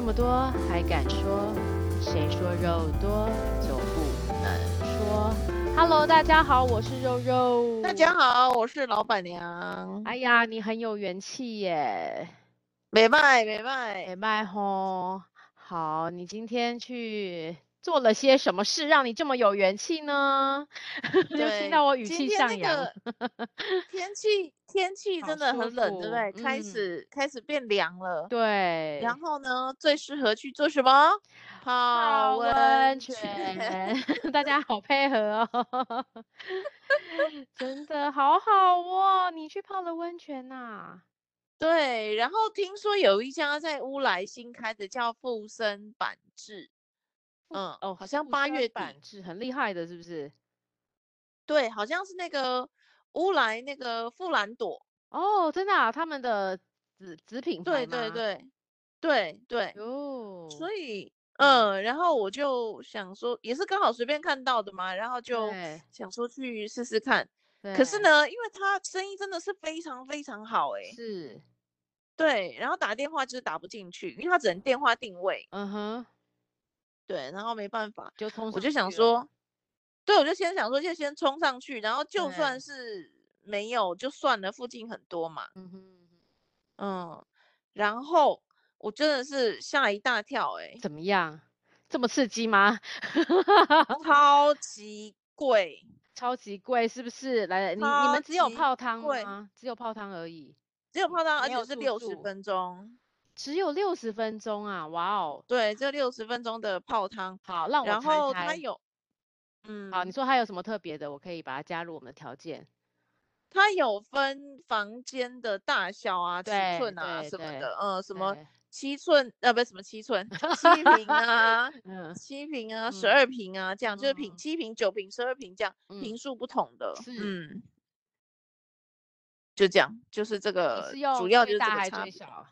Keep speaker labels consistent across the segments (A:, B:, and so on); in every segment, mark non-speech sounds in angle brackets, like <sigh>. A: 么多还敢说？谁说肉多就不能说？Hello，大家好，我是肉肉。
B: 大家好，我是老板娘。
A: 嗯哎呀，你很有元气耶，
B: 没卖没卖，
A: 也卖吼。好，你今天去做了些什么事，让你这么有元气呢？ <laughs> 就听
B: 对
A: 到我语
B: 今
A: 气
B: 天
A: 上
B: 那
A: <laughs> 扬。
B: 个天气天气
A: 好
B: 真的
A: 舒
B: 很冷，对不对？
A: 服
B: 开
A: 嗯
B: 始开始变凉了。
A: 对，
B: 然后呢，最适合去做什么？泡
A: 泡
B: 温
A: 温
B: 泉。
A: 泉， <laughs> 大家好配合哦， <laughs> 真
B: <laughs>
A: 的好好哦，你去泡了温泉呐、
B: <laughs> 对，然后听说有一家在乌来新开的叫富生板治，嗯，
A: 哦，
B: 好像
A: 富
B: 八
A: 山
B: 月底，
A: 板是很厉害的，是不是？
B: 对，好像是那个乌来那个富兰朵，
A: 哦，真的啊，他们的子子品牌
B: 对对
A: 吗？
B: 对对对，
A: 哟，
B: 所以，
A: 哦嗯，
B: 嗯，然后我就想说，也是刚好随便看到的嘛，然后就
A: 对
B: 想说去试试看。可是
A: 对，
B: 呢，因为他生意真的是非常非常好诶，
A: 是，
B: 对，然后打电话就是打不进去，因为他只能电话定位，
A: 嗯哼，
B: 对，然后没办法，
A: 就冲
B: 我
A: 上
B: 就想
A: 去了，
B: 说，对，我就先想说就先冲上去，然后就算
A: 对，
B: 是没有就算了，附近很多嘛，
A: 嗯哼，嗯哼
B: 嗯，然后我真的是吓一大跳
A: <laughs>
B: 诶，
A: 怎么样？这么刺激吗？ <laughs>
B: 超级贵。
A: 超级贵，是不是？来，你你
B: 超
A: 们只有
B: 级
A: 泡汤
B: 贵，
A: 吗？只有泡汤而已，
B: 只有泡汤，而
A: 没
B: 且
A: 有
B: 是
A: 住
B: 六十
A: 宿，
B: 分钟，
A: 只有六十分钟啊！哇哦，
B: 对，这六十分钟的泡汤，
A: 好，让我
B: 然
A: 猜
B: 后它
A: 猜。
B: 有，
A: 好，你
B: 嗯，
A: 说还有什么特别的，我可以把它加入我们的条件。
B: 它有分房间的大小啊，几
A: 对
B: 寸啊
A: 对
B: 什么
A: 对
B: 的，呃，什么
A: 对，
B: 七寸，呃，不是什么七寸，七
A: <laughs>
B: 平啊，
A: 嗯
B: 七平啊，十
A: 嗯
B: 二平啊，这样就是平
A: 嗯
B: 七平、九平、十二平这样，
A: 嗯，
B: 平数不同的，
A: 是，
B: 嗯，就这样，就是这
A: 你
B: 个
A: 是
B: 呃主
A: 用
B: 要
A: 最
B: 就是这
A: 大
B: 个
A: 还是
B: 差
A: 最
B: 别。
A: 小啊？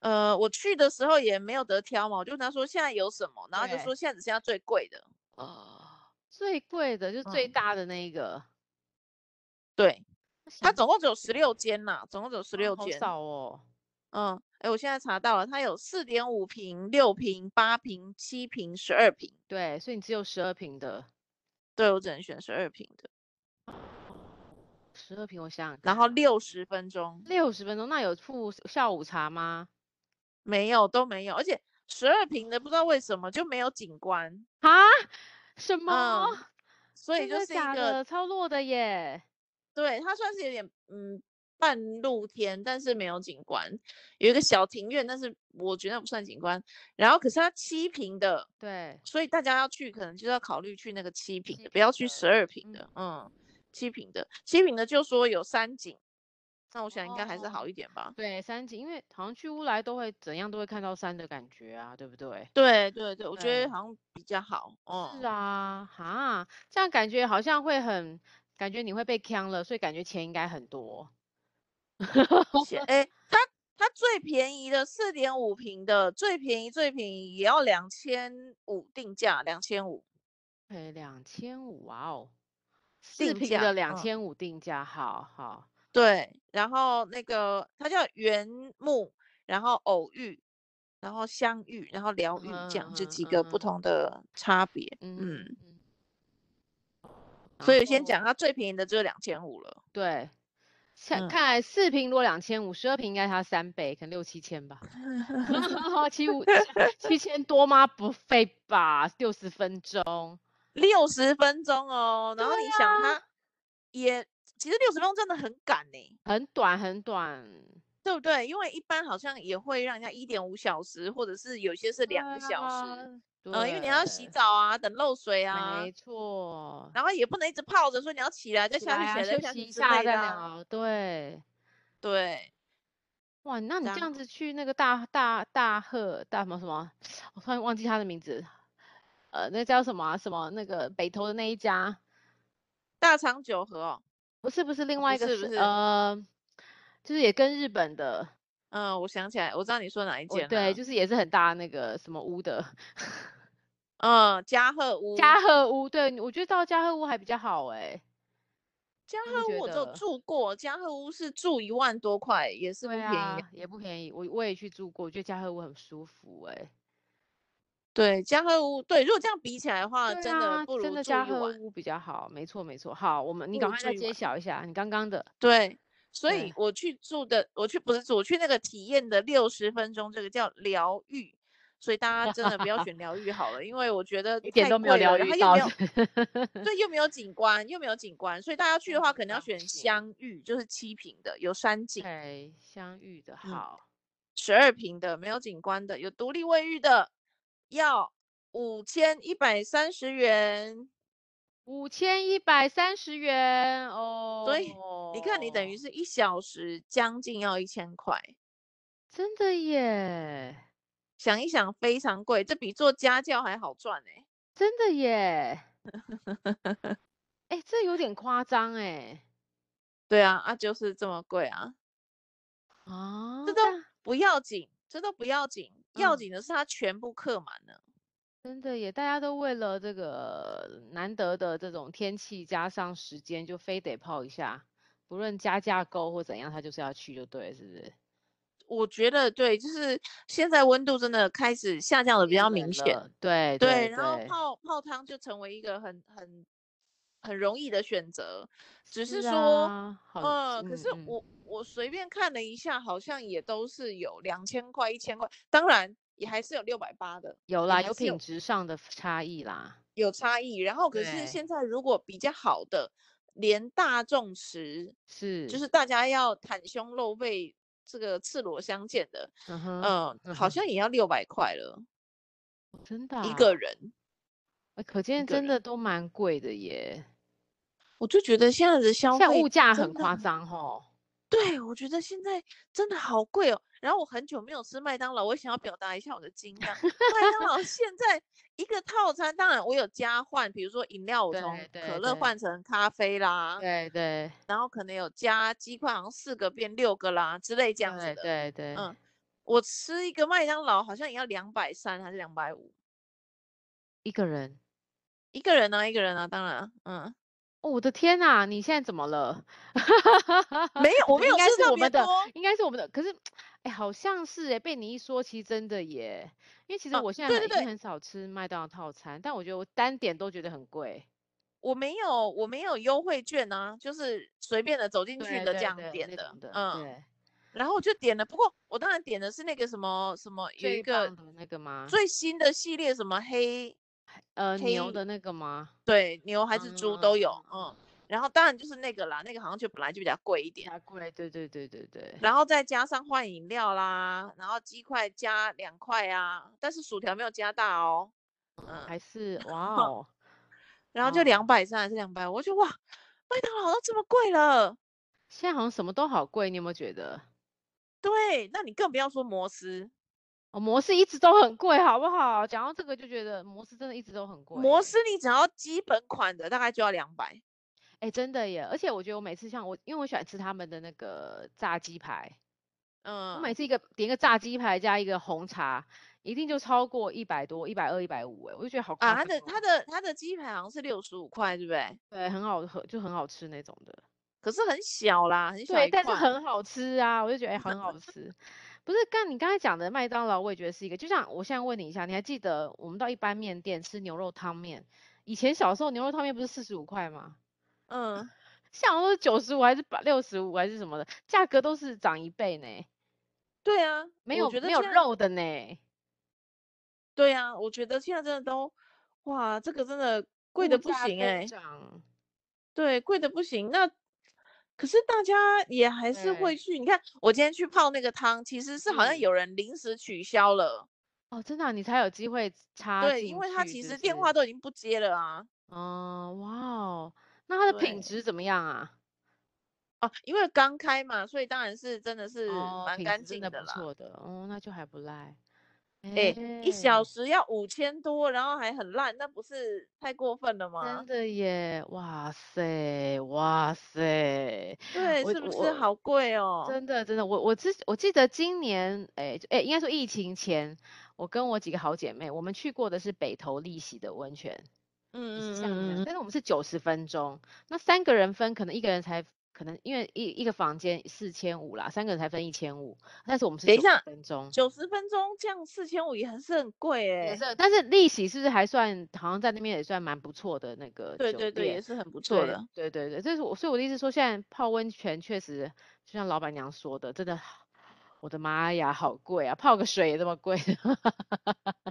B: 呃，我去的时候也没有得挑嘛，我就跟他说现在有什么，然后就
A: 对，
B: 说现在只剩下最贵的，
A: 哦，最贵的就是最
B: 嗯，
A: 大的那一个，
B: 对，
A: 那
B: 它
A: 想
B: 总共只有十六间呐，总共只有
A: 嗯
B: 十
A: 啊，
B: 六
A: 好
B: 间，
A: 少哦，
B: 嗯，哎，我现在查到了，它有四点五平、六平、八平、七平、十二平，
A: 对，所以你只有十二平的，
B: 对我只能选十二平的，
A: 十二平，我想想
B: 然
A: 看。
B: 后六十分钟
A: 六十分钟，那有附下午茶吗？
B: 没有都没有，而且十二平的不知道为什么就没有景观，
A: 啊？什么？
B: 嗯，所以
A: 真
B: 就
A: 的
B: 是一
A: 假
B: 个
A: 的？超弱的耶！
B: 对，它算是有点嗯半露天，但是没有景观，有一个小庭院，但是我觉得不算景观。然后可是它七平的，
A: 对，
B: 所以大家要去可能就要考虑去那个七平
A: 七
B: 的，不
A: 平
B: 要去十
A: 的，
B: 二平
A: 嗯，
B: 的。嗯，七平的，七平的就说有山景，那我想应该还是
A: 哦，
B: 好一点吧。
A: 对，山景，因为好像去乌来都会怎样都会看到山的感觉啊，对不对？
B: 对对对，我觉得
A: 对，
B: 好像比较好。
A: 是
B: 嗯，
A: 啊，哈，这样感觉好像会很，感觉你会被坑了，所以感觉钱应该很多。
B: 钱诶，哎它它最便宜的四点五平的，最便宜最便宜也要两千五定价，两千五
A: 对，两千五，哇哦，四
B: 定
A: 平的
B: 价。
A: 两
B: 嗯。
A: 千五定价，好好，
B: 对，然后那个它叫缘木，然后偶遇，然后相遇，然后疗
A: 嗯
B: 愈，
A: 哼
B: 这样这
A: 嗯
B: 几
A: 哼
B: 个不
A: 嗯哼
B: 同的差别。
A: 嗯哦哼
B: 嗯，
A: 嗯，然
B: 所以先讲
A: 后
B: 它最便宜的只有两千
A: <laughs>
B: 五了。
A: 对，看
B: 嗯，
A: 看来四瓶如果两千五，十二瓶应该它三倍，可能六七千
B: <laughs>
A: 吧， <laughs> 七五七七千多吗？不费吧，六十分钟。
B: 六十分钟哦，
A: 对
B: 然后你想
A: 呀、
B: 它也其实六十分钟真的很赶呢、
A: 很短很短。
B: 对不对？因为一般好像也会让人家一点五小时，或者是有些是
A: 对
B: 两个小
A: 啊，
B: 时。嗯、因为你要洗
A: 对，
B: 澡啊，等漏水啊，
A: 没错，
B: 然后也不能一直泡着，说你要起来再
A: 起
B: 下去，
A: 来啊，
B: 起来再
A: 休
B: 下
A: 息
B: 去
A: 一
B: 之
A: 下
B: 类
A: 再
B: 的啊。
A: 聊。对，
B: 对，
A: 哇，那你这
B: 然
A: 样子去那个大大大贺大什么什么，我突然忘记他的名字，呃，那叫什么啊、什么那个北投的那一家。
B: 大长久和哦，
A: 不是不是，另
B: 不
A: 外一个
B: 是不
A: 是
B: 是，
A: 呃，就是也跟日本的，
B: 嗯，我想起来，我知道你说哪一
A: 我
B: 间
A: 对，
B: 啦，
A: 就是也是很大那个什么屋的
B: 嗯，加贺屋，
A: 加贺屋，对我觉得到加贺屋还比较好哎、
B: 嘉
A: 你不
B: 禾
A: 觉
B: 屋我就
A: 得
B: 住过，嘉禾屋是住一万多块，也是不
A: 对
B: 便宜啊。
A: 啊，也不便宜。我我也去住过，我觉得嘉禾屋很舒服哎、
B: 对，嘉禾屋对，如果这样比起来的话，
A: 对
B: 真的
A: 啊
B: 不如
A: 真
B: 住
A: 的
B: 一
A: 嘉禾
B: 晚。
A: 屋比较好，没错没错。好，我们你
B: 不
A: 赶
B: 如
A: 快
B: 住
A: 再
B: 一
A: 揭
B: 晚
A: 晓一下你刚刚的，
B: 对，所
A: 对
B: 以我去住的，我去不是住，我去那个体验的六十分钟，这个叫疗愈。所以大家真的不要选疗愈好了，因为我觉得
A: 一点
B: 太
A: 都没有
B: 贵
A: 疗
B: 了然后
A: 愈
B: 又
A: 到
B: 没有
A: 是 <laughs>
B: 对，又没有景观，又没有景观，所以大家去的
A: 嗯
B: 话，可能要
A: 了
B: 选
A: 解
B: 相遇，就是七平的，有山景；
A: 对，相遇的
B: 嗯
A: 好，
B: 十二平的，没有景观的，有独立卫浴的，要五千一百三十元。
A: 五千一百三十元哦。
B: 所以你看，你等于是一小时将近要一千块，
A: 真的耶，
B: 想一想非常贵，这比做家教还好赚哎、
A: 真的
B: <laughs>
A: 耶，哎，这有点夸张哎
B: 对啊，啊就是这么贵啊，
A: 啊，
B: 这都
A: 但
B: 不要紧，这都不要紧，
A: 嗯
B: 要紧的是它全部客满了。
A: 真的耶，大家都为了这个难得的这种天气加上时间，就非得泡一下，不论加价购或怎样，他就是要去就对了，是不是？
B: 我觉得对，就是现在温度真的开始下降的比
A: 变
B: 较
A: 冷
B: 明显，
A: 了，对对
B: 对，然后
A: 对，
B: 泡泡汤就成为一个很很很容易的选择，只是
A: 是
B: 说，
A: 啊，好，
B: 呃，可
A: 嗯
B: 是
A: 嗯，
B: 我我随便看了一下，好像也都是有两千块、一千块，当然也还是有六百八的，
A: 有
B: 也
A: 啦，
B: 还
A: 有
B: 是
A: 品
B: 有
A: 质上的差异啦，
B: 有差异。然后可是
A: 对，，
B: 现在如果比较好的，连大众池，就是是大家要袒胸露背，这个赤裸相见的，
A: 嗯哼，
B: 嗯、
A: 嗯
B: 好
A: 哼，
B: 像也要六百块了，
A: 真的
B: 一
A: 啊，
B: 个人，
A: 呃可
B: 一
A: 见
B: 个
A: 真
B: 人。
A: 的都蛮贵的耶，
B: 我就觉得现在的消
A: 现在
B: 费
A: 物价很
B: 真的
A: 夸
B: 很，
A: 张吼，
B: 对，我觉得现在真的好贵哦。然后我很久没有吃麦当劳，我想要表达一下我的惊讶。麦当劳现在一个套餐，当然我有加换，比如说饮料我从
A: 对
B: 可
A: 对
B: 乐
A: 对
B: 换成咖啡啦，
A: 对对
B: 然后可能有加鸡块，好像四个变六个啦之类这样子
A: 对
B: 的。
A: 对对，
B: 嗯，我吃一个麦当劳好像也要两百三还是两百五，
A: 一个人。
B: 一个人呢、一个人呢、当然啊，
A: <laughs>
B: 嗯，
A: 哦我的天呐，你现在怎么了？
B: 没有，
A: 可
B: 我没
A: 能应
B: 有吃
A: 该是
B: 特
A: 我
B: 别
A: 们的，
B: 多。
A: 应该是我们的。可是，哎，好像是哎，被你一说，其实真的耶。因为其实
B: 哦、
A: 我现在很
B: 对对
A: 已经
B: 对，
A: 很少吃麦当劳套餐，但我觉得我单点都觉得很贵。
B: 我没有，我没有优惠券啊，就是随便的走进去
A: 对
B: 的这
A: 对
B: 样
A: 对，
B: 点
A: 那
B: 的，
A: 种的，
B: 嗯，
A: 对，
B: 然后我就点了，不过我当然点的是那个什么什么，有
A: 最
B: 一个
A: 棒的那个吗？
B: 最新的系列，什么黑
A: 呃，牛
B: 黑，
A: 的那个吗？
B: 对，牛还是猪都
A: 嗯，
B: 有，嗯，然后当然就是那个啦，那个好像就本来就比较贵一点，
A: 加贵，对对对对对，
B: 然后再加上换饮料啦，然后鸡块加两块啊，但是薯条没有加大哦，嗯，
A: 还是哇
B: <laughs>
A: 哦
B: 然后就
A: 哦，
B: 两百三还是两百，我就哇，麦当劳都这么贵了。
A: 现在好像什么都好贵，你有没有觉得？
B: 对，那你更不要说摩斯，
A: 哦，摩斯一直都很贵，好不好？讲到这个就觉得摩斯真的一直都很贵
B: 摩
A: 耶。
B: 斯你只要基本款的大概就要两百。
A: 哎，真的耶！而且我觉得我每次像我，因为我喜欢吃他们的那个炸鸡排，我每
B: 嗯，
A: 次一个点一个炸鸡排加一个红茶，一定就超过一百多、一百二、一百五，哎，我就觉得好
B: 啊，
A: 夸
B: 它
A: 张
B: 的它
A: 哦。
B: 的它的鸡排好像是六十五块，对不对？
A: 对，很好喝，就很好吃那种的。
B: 可是很小啦，很小
A: 对，
B: 一
A: 但是
B: 块。
A: 很好吃啊，我就觉得哎，很
B: <laughs>
A: 好吃。不是，刚你刚才讲的麦当劳，我也觉得是一个。就像我现在问你一下，你还记得我们到一般面店吃牛肉汤面，以前小时候牛肉汤面不是四十五块吗？
B: 嗯，
A: 像都是九十五还是八六十五还是什么的，价格都是涨一倍呢，
B: 对啊，
A: 没
B: 我
A: 有
B: 觉得
A: 没有
B: 现在
A: 肉的呢，
B: 对啊，我觉得现在真的都，哇，这个真的贵
A: 物
B: 的不
A: 价
B: 行
A: 飞
B: 哎、
A: 涨，
B: 对，贵的不行。那可是大家也还是
A: 对，
B: 会去，你看我今天去泡那个汤，其实是好像
A: 嗯，
B: 有人临时取消了，
A: 哦，真的啊你才有机会插
B: 对，因
A: 进
B: 为他
A: 去，
B: 其
A: 是不
B: 实电话
A: 是？
B: 都已经不接了啊。
A: 哦，哇哦，那它的品
B: 对，
A: 质怎么样啊？
B: 哦，因为刚开嘛，所以当然是真的是
A: 哦，
B: 蛮
A: 品
B: 干
A: 质真
B: 净
A: 的
B: 的
A: 不
B: 啦。
A: 错的，哦，那就还不赖，
B: 诶，一小
A: 哎，
B: 时要五千多，然后还很烂，那不是太过分了
A: 真
B: 吗？
A: 的耶，哇塞，哇塞，
B: 对，
A: 我
B: 是不是
A: 我。
B: 好贵哦？
A: 真的，真的，我我之我记得今年，哎哎，应该说疫情前，我跟我几个好姐妹，我们去过的是北投丽喜的温泉。就是
B: 嗯
A: 像那样，
B: 嗯嗯嗯
A: 但是我们是九十分钟，那三个人分，可能一个人才可能因为一一个房间四千五啦，三个人才分一千五，但是我们是
B: 等一
A: 九
B: 下
A: 分钟，
B: 九十分钟这样四千五也还是很贵哎、
A: 也是，但是利息是不是还算，好像在那边也算蛮不错的那个
B: 对
A: 酒
B: 对对，
A: 店
B: 也是很不错
A: 对
B: 的。
A: 对对对，这是我，所以我的意思说，现在泡温泉确实就像老板娘说的，真的好，我的妈呀，好贵啊！泡个水也这么贵， <laughs>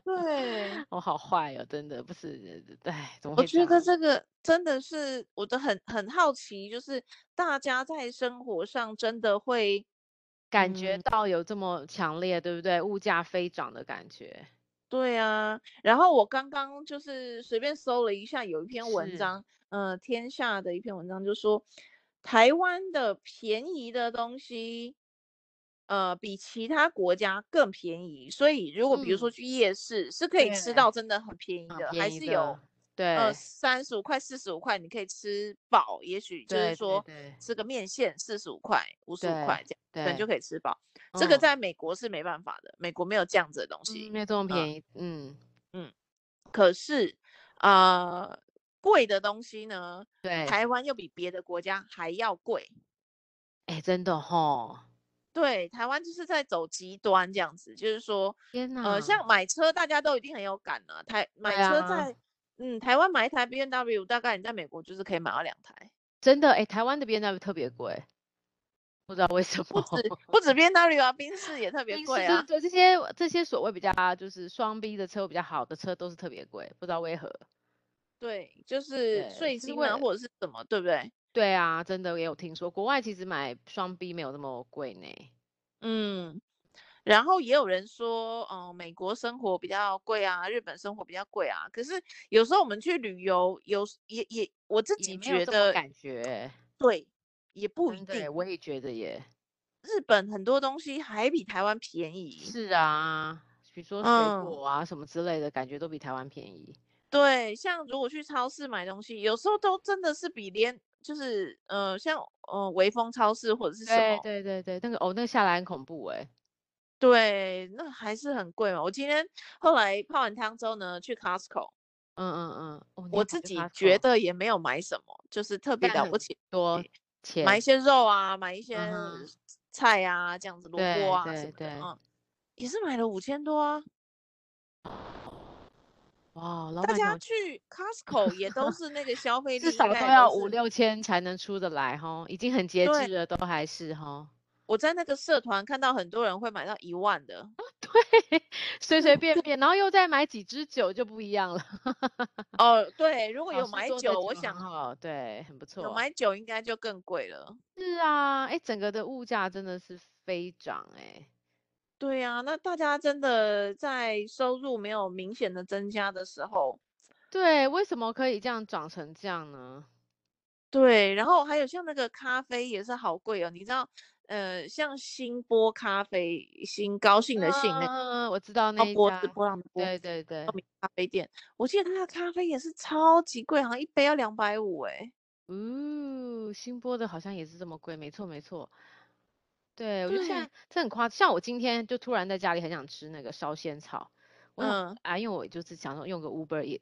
B: 对，
A: 我好坏哦，真的不是，哎，怎么
B: 我
A: 会这
B: 觉
A: 样
B: 得
A: 呢？
B: 这个真的是我都很很好奇，就是大家在生活上真的会，
A: 感觉
B: 嗯，
A: 到有这么强烈，对不对？物价飞涨的感觉，
B: 对啊。然后我刚刚就是随便搜了一下，有一篇文
A: 是
B: 章，呃，天下的一篇文章就说，台湾的便宜的东西，呃，比其他国家更便宜。所以如果比如说
A: 嗯，
B: 去夜市，是可以吃
A: 对，
B: 到真的很便宜
A: 很
B: 的，还
A: 便宜
B: 是有。
A: 的，
B: 呃，
A: 对
B: 三十五块、四十五块，你可以吃饱。也许就是
A: 对对
B: 说，
A: 对
B: 吃个面线四十五块、五十五
A: 对
B: 块这样，可能就
A: 对，
B: 可以吃饱。这个
A: 嗯
B: 在美国是没办法的，美国没有这样子的东
A: 嗯，
B: 西。
A: 没有这么
B: 嗯
A: 便宜，嗯，
B: 嗯，可是呃，贵的东西呢，
A: 对，
B: 台湾又比别的国家还要贵。
A: 哎，真的吼，
B: 对，台湾就是在走极端这样子，就是说，
A: 天
B: 呃，
A: 呐，
B: 像买车大家都一定很有感了、台
A: 嗯对
B: 买车
A: 啊。
B: 在，嗯，台湾买一台 B N W，大概你在美国就是可以买到两台。
A: 真的，哎，台湾的 B&W 特别贵，不知道为什
B: 不
A: 么。
B: 止不止 B N W 啊，宾士也特别
A: 宾士
B: 贵
A: 对
B: 啊。
A: 对，这些这些所谓比较就是双 B 的车比较好的车都是特别贵，不知道为何。
B: 对，就是
A: 对，
B: 税
A: 是
B: 金啊，
A: 为
B: 或者是什么，对不对？
A: 对啊，真的也有听说，国外其实买双 B 没有那么贵呢。
B: 嗯，然后也有人说，嗯、美国生活比较贵啊，日本生活比较贵啊。可是有时候我们去旅游，有时也也我自
A: 也
B: 己
A: 没有
B: 觉
A: 这么
B: 得
A: 感嗯觉，
B: 对，也不一
A: 真的耶，
B: 定。
A: 我也觉得耶。
B: 日本很多东西还比台湾便宜。
A: 是啊，比如说水
B: 嗯，
A: 果啊什么之类的，感觉都比台湾便宜。
B: 对，像如果去超市买东西，有时候都真的是比连就是呃，像呃微风超市或者是什
A: 对
B: 么，
A: 对对对，那个哦，那个下来很恐怖哎。
B: 对，那还是很贵嘛。我今天后来泡完汤之后呢，去 Costco，
A: 嗯嗯嗯，哦，你还跑
B: 我自
A: 去
B: 己觉
A: Costco，
B: 得也没有买什么，就是特别
A: 但
B: 了不
A: 很
B: 起，
A: 多
B: 买
A: 钱。
B: 一些肉啊，买一
A: 嗯
B: 些
A: 哼，
B: 菜啊，这样子萝卜
A: 对
B: 啊什
A: 对
B: 么的，
A: 对，
B: 嗯，也是买了五千多啊。
A: 哇，老
B: 大
A: 板
B: 家
A: 娘
B: 去 Costco 也都是那个
A: <laughs>
B: 消费
A: 至
B: 力，应
A: 少
B: 该
A: 都
B: 也都
A: 要五
B: 是
A: 六千才能出得来哈，已经很节制
B: 对。
A: 了，都还是哈，
B: 我在那个社团看到很多人会买到一
A: <laughs>
B: 万的，
A: 对，随随便便，然后又再买几支酒就不一样了。
B: 哦，对，如果
A: 老
B: 有
A: 师
B: 买
A: 说这
B: 酒，
A: 酒
B: 我
A: 很
B: 想
A: 好，对，很不
B: 有
A: 错。
B: 买酒应该就更贵了。
A: 是啊，哎，整个的物价真的是飞涨哎。
B: 对呀、那大家真的在收入没有明显的增加的时候，
A: 对，为什么可以这样涨成这样呢？
B: 对，然后还有像那个咖啡也是好贵哦，你知道，呃，像新波咖啡，新高兴
A: 嗯
B: 的兴那个，
A: 嗯嗯，我知道
B: 然
A: 那
B: 后
A: 一
B: 波是
A: 家，
B: 波浪的波，
A: 对对对，
B: 透明咖啡店，我记得它的咖啡也是超级贵，好像一杯要两百五哎。
A: 哦，新播的好像也是这么贵，没错没错。对，我觉得现
B: 对，
A: 在这很夸张，像我今天就突然在家里很想吃那个烧仙草，我想
B: 嗯，
A: 啊，因为我就是想说用个 Uber Eat，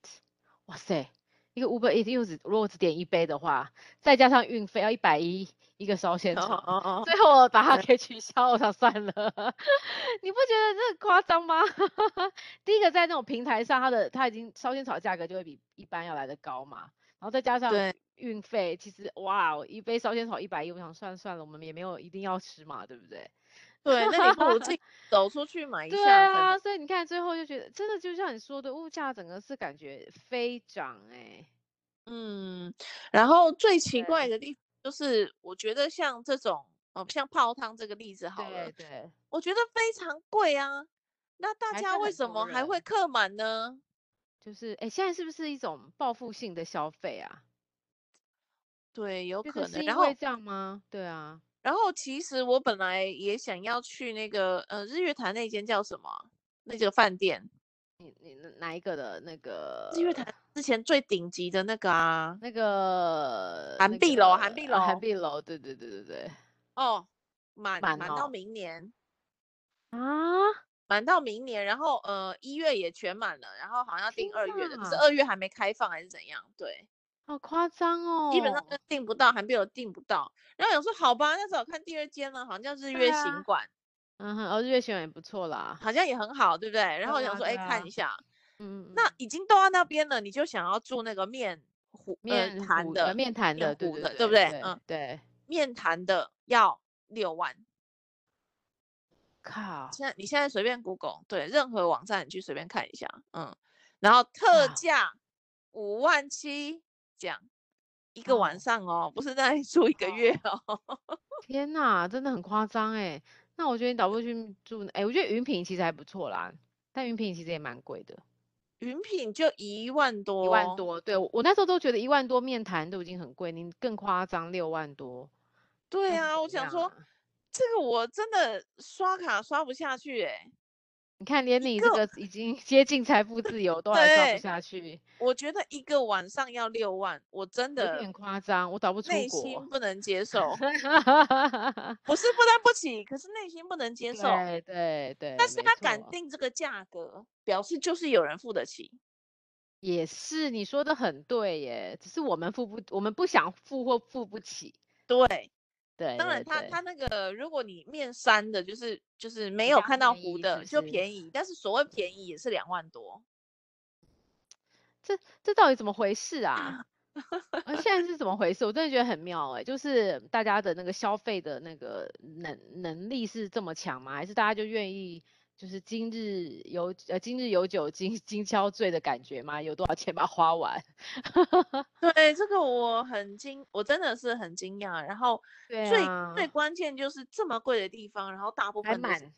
A: 哇塞，一个 Uber Eat 又只如果只点一杯的话，再加上运费要一百一一个烧
B: <laughs>
A: 仙
B: 哦
A: 草，
B: 哦哦，
A: 最后我把它
B: 对，
A: 给取消，我想算了， <laughs> 你不觉得这很夸张吗？ <laughs> 第一个在那种平台上，它的它已经烧仙草价格就会比一般要来的高嘛，然后再加上。
B: 对
A: 运费其实哇，哦一杯烧仙草一百一，我想算算了，我们也没有一定要吃嘛，对不对？
B: 对，那你不如自己走出去
A: <laughs>
B: 买一
A: 对
B: 下，反正
A: 啊，所以你看最后就觉得，真的就像你说的，物价整个是感觉飞涨哎、
B: 嗯，然后最奇怪
A: 对
B: 的地方就是，我觉得像这种，哦，像泡汤这个例子好
A: 对
B: 了，
A: 对，
B: 我觉得非常贵啊。那大
A: 还
B: 家
A: 是
B: 为
A: 很
B: 什
A: 多
B: 么还会
A: 人
B: 客满呢？
A: 就是哎、诶现在是不是一种报复性的消费啊？
B: 对，有
A: 觉得
B: 可能。
A: 是
B: 然
A: 因为
B: 后，
A: 这样吗？对啊，
B: 然后其实我本来也想要去那个，呃，日月潭那间叫什么啊？那个饭店，
A: 你你哪哪一个的那
B: 日月
A: 个
B: 潭之前最顶级的那个啊，
A: 那个
B: 韩
A: 那
B: 碧楼，韩
A: 个
B: 碧
A: 啊韩
B: 楼，
A: 碧楼？对对对对对，
B: 哦，满
A: 满
B: 满到
A: 哦
B: 明年。
A: 啊！
B: 满到明年，然后呃一月也全满了，然后好像要订
A: 天
B: 二月的，可是
A: 哪
B: 二月还没开放还是怎样？对，
A: 好夸张哦！
B: 基本上就订不到，韩碧楼订不到。然后想说好吧，那只好看第二间了，好像叫日
A: 对
B: 月
A: 啊
B: 行馆，
A: 嗯哼，哦，日月行也不错啦。
B: 好像也很好，对不对？然后我
A: 对
B: 想
A: 啊
B: 说，
A: 对
B: 哎、
A: 啊
B: 看一下，
A: 嗯，
B: 那已经都到那边了，你就想要住那个面糊
A: 面
B: 呃、谈
A: 糊
B: 的
A: 呃面谈
B: 面
A: 的，对
B: 糊的
A: 对
B: 对不
A: 对
B: 对嗯
A: 对，
B: 面谈的要六万。
A: 靠，
B: 现在你现在随便 Google，对任何网站你去随便看一下，嗯，然后特
A: 哇
B: 价五万七这样一个
A: 哦
B: 晚上哦，不是在那里住一个月哦，
A: 天呐，真的很夸张哎。那我觉得你倒不如去住，哎，我觉得云品其实还不错啦，但云品其实也蛮贵的，
B: 云品就一万多，哦
A: 一万，多。对，我我那时候都觉得一万多面谈都已经很贵，您更夸张六万多，
B: 对
A: 那是
B: 啊，我
A: 怎
B: 想
A: 样
B: 说
A: 啊
B: 这个我真的刷卡刷不下去哎、
A: 你看连
B: 一
A: 你这
B: 个
A: 个已经接近财富自由都还刷不
B: 对
A: 下去，
B: 我觉得一个晚上要六万，我真
A: 有
B: 的
A: 点夸张，我倒不出
B: 内心
A: 国。 <laughs>
B: 不能接受，不是负担不起，可是内心不能接受，
A: 对对对，
B: 但是
A: 没
B: 他敢
A: 错
B: 定这个价格，表示就是有人付得起。
A: 也是，你说的很对耶，只是我们付不，我们不想付或付不起。
B: 对，
A: 对
B: 当
A: 对
B: 然他
A: 对，
B: 他那个，如果你面山的，就是就是没
A: 比
B: 有
A: 较
B: 看到
A: 便
B: 湖
A: 宜
B: 的，
A: 是不
B: 就是便宜，但是所谓便宜也是两万多。
A: 这这到底怎么回事
B: <laughs>
A: 啊？呃，现在是怎么回事？我真的觉得很妙哎，就是大家的那个消费的那个能能力是这么强吗？还是大家就愿意就是今日有呃今日有酒今今宵醉的感觉吗？有多少钱把它花完？
B: 对，这个我很惊，我真的是很惊讶。然后
A: 对
B: 最、
A: 啊，
B: 最关键就是这么贵的地方，然后大部
A: 还
B: 分都是
A: <laughs> 满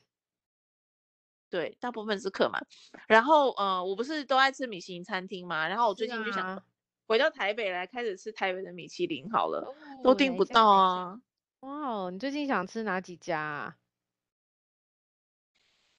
B: 对，大部分是客满。然后呃，我不是都爱吃米其林餐厅嘛，然后我
A: 是
B: 最近就想
A: 啊，
B: 回到台北来开始吃台北的米其林好了，都
A: 哦，
B: 订
A: 哪一
B: 不
A: 家
B: 到
A: 哪一家？
B: 啊。
A: 哇哦，你最近想吃哪几家啊？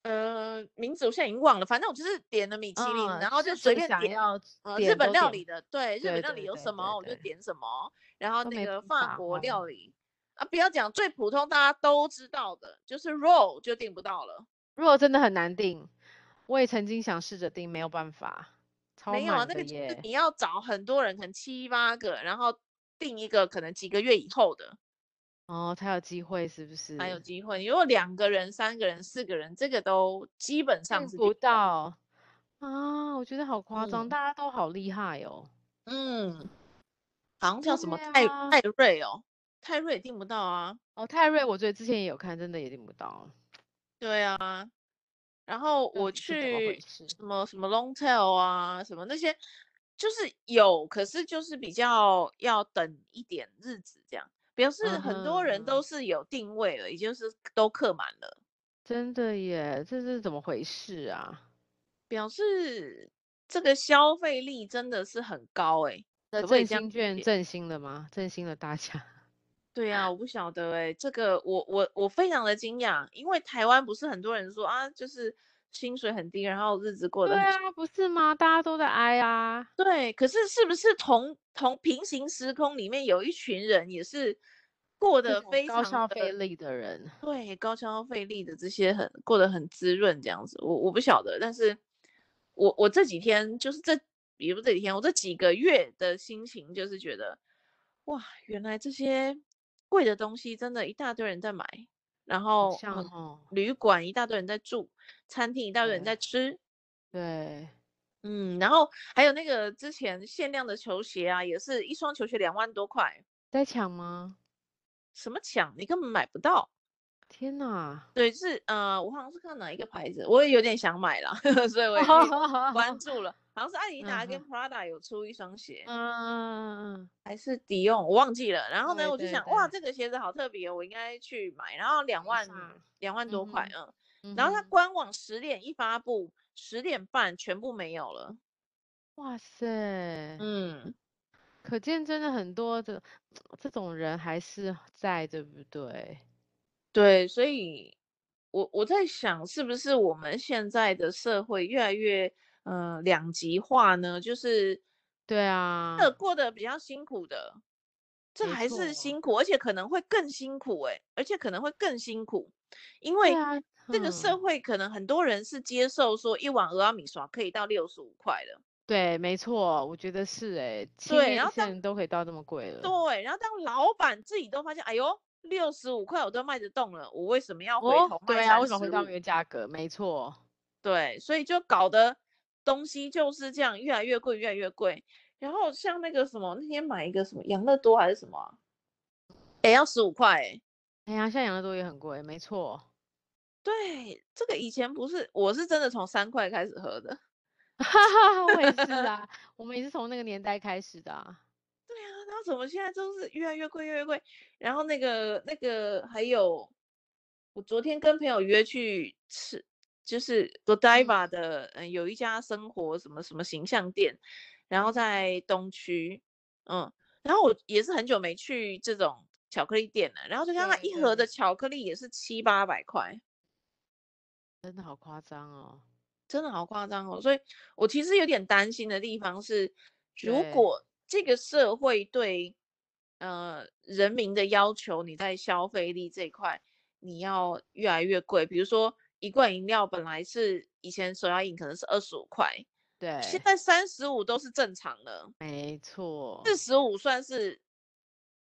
B: 呃，名字我现在已经忘了，反正我就是点了米其林，
A: 嗯，
B: 然后就
A: 是
B: 随
A: 最
B: 便
A: 想
B: 点，
A: 要
B: 呃，日
A: 点
B: 本
A: 都
B: 料
A: 点，
B: 理的，对，日
A: 对
B: 本料理
A: 对
B: 有
A: 对
B: 什
A: 对
B: 么我就
A: 对，
B: 点什么，然后
A: 都
B: 那
A: 没
B: 个
A: 办
B: 法
A: 法
B: 国
A: 哦。
B: 料理啊，不要讲最普通大家都知道的，就是 roll 就订不到了。
A: 如果真的很难定，我也曾经想试着定，没有办法，超
B: 没有啊，
A: 满
B: 那
A: 的
B: 个就是
A: 耶。
B: 你要找很多人，可能七八个，然后订一个可能几个月以后的
A: 哦，才有机会是不
B: 才有
A: 是？
B: 机会。如果两个人、三个人、四个人，这个都基本上
A: 订
B: 是订
A: 不
B: 不到。
A: 到啊！我觉得好夸张，
B: 嗯
A: 大家都好厉害哦。
B: 嗯，好像叫什么
A: 对
B: 泰
A: 啊，
B: 泰瑞哦，泰瑞也订不到啊。
A: 哦，泰瑞，我觉得之前也有看，真的也订不到，
B: 对啊，然后
A: 到
B: 我
A: 底是怎么回
B: 去
A: 事？
B: 什么什么 long tail 啊，什么那些，就是有，可是就是比较要等一点日子这样。表示
A: 嗯
B: 很
A: 哼
B: 多
A: 嗯
B: 人都
A: 哼，
B: 是有定位了，也就是都客满了。
A: 真的耶，这是怎么回事啊？
B: 表示这个消费力真的是很高哎、
A: 那
B: 可不可以
A: 振
B: 这样
A: 兴券
B: 解？
A: 振兴了吗？振兴了大家。
B: 对呀、我不晓得哎、这个我我我非常的惊讶，因为台湾不是很多人说啊，就是薪水很低，然后日子过
A: 对
B: 得很辛
A: 啊，不是吗？大家都在挨啊。
B: 对，可是是不是同同平行时空里面有一群人也是过
A: 这
B: 得
A: 种
B: 非
A: 高
B: 常
A: 消费
B: 的
A: 力的人，
B: 对高消费力的这些很过得很滋润这样子，我我不晓得，但是我我这几天就是这，也不是这几天，我这几个月的心情就是觉得，哇，原来这些贵的东西真的一大堆人在买，然
A: 好
B: 后
A: 像
B: 嗯，
A: 哦，
B: 旅馆一大堆人在住，餐厅一大堆人
A: 对
B: 在吃，
A: 对，
B: 嗯，然后还有那个之前限量的球鞋啊，也是一双球鞋两万多块，
A: 在抢吗？
B: 什么抢你根本买不到。
A: 天哪！
B: 对，是呃，我好像是看哪一个牌子，我也有点想买啦， <laughs> 所以我
A: <laughs>
B: 也去关
A: 嗯
B: 注了。好像是艾迪达跟
A: 哼，
B: Prada 有出一双鞋，
A: 嗯，
B: 还是迪用，我忘记了。然后呢，
A: 对
B: 我就
A: 对
B: 想，哇，
A: 对，
B: 这个鞋子好特别哦，我应该去买。然后两
A: 没
B: 万
A: 错，
B: 两万
A: 嗯
B: 多块，
A: 哼，
B: 嗯。
A: 嗯
B: 然后它
A: 哼，
B: 官网十点一发布，十点半全部没有了。
A: 嗯哇塞，
B: 嗯，
A: 可见真的很多的这种人还是在，对不对？
B: 对，所以我我在想，是不是我们现在的社会越来越呃两极化呢？就是
A: 对
B: 呃
A: 啊，
B: 过得比较辛苦的。这
A: 没
B: 还
A: 错
B: 是辛苦，而且可能会更辛苦哎、而且可能会更辛苦，因为
A: 对啊，
B: 这个社
A: 嗯
B: 会可能很多人是接受说一碗俄阿米刷可以到六十五块的，
A: 对，没错，我觉得是诶，青
B: 对
A: 面
B: 然后
A: 现
B: 当
A: 在都可以到那么贵了，
B: 对，然后当老板自己都发现，哎呦，六十五块我都卖得动了，我为什么要回
A: 哦，
B: 头卖
A: 对啊，为什么
B: 三
A: 回
B: 十
A: 到原
B: 五？
A: 价格？没错，
B: 对，所以就搞得东西就是这样越来越贵，越来越贵。然后像那个什么，那天买一个什么养乐多还是什么、啊，也要十五块哎。
A: 哎呀，现在养乐多也很贵，没
B: <laughs>
A: 错， <laughs>
B: 对，这个以前不是，我是真的从三块开始喝的。 <laughs>
A: 哈哈哈，我也是啊，我们也是从那个年代开始的啊，
B: 对啊，然后怎么现在都是越来越贵，越来越贵？然后那个那个还有，我昨天跟朋友约去吃，就是 Godiva
A: 嗯
B: 的，嗯，有一家生活什么什么形象店，然后在东区，嗯，然后我也是很久没去这种巧克力店了，然后就看它
A: 对
B: 一盒的
A: 对，
B: 巧克力也是七八百块。
A: 真的好夸张哦，
B: 真的好夸张哦！所以我其实有点担心的地方是，如
A: 对，
B: 果这个社会对呃人民的要求，你在消费力这一块，你要越来越贵。比如说，一罐饮料本来是以前手摇饮可能是二十五块，现
A: 对，
B: 在三十五都是正常了，
A: 没错，
B: 四十五算是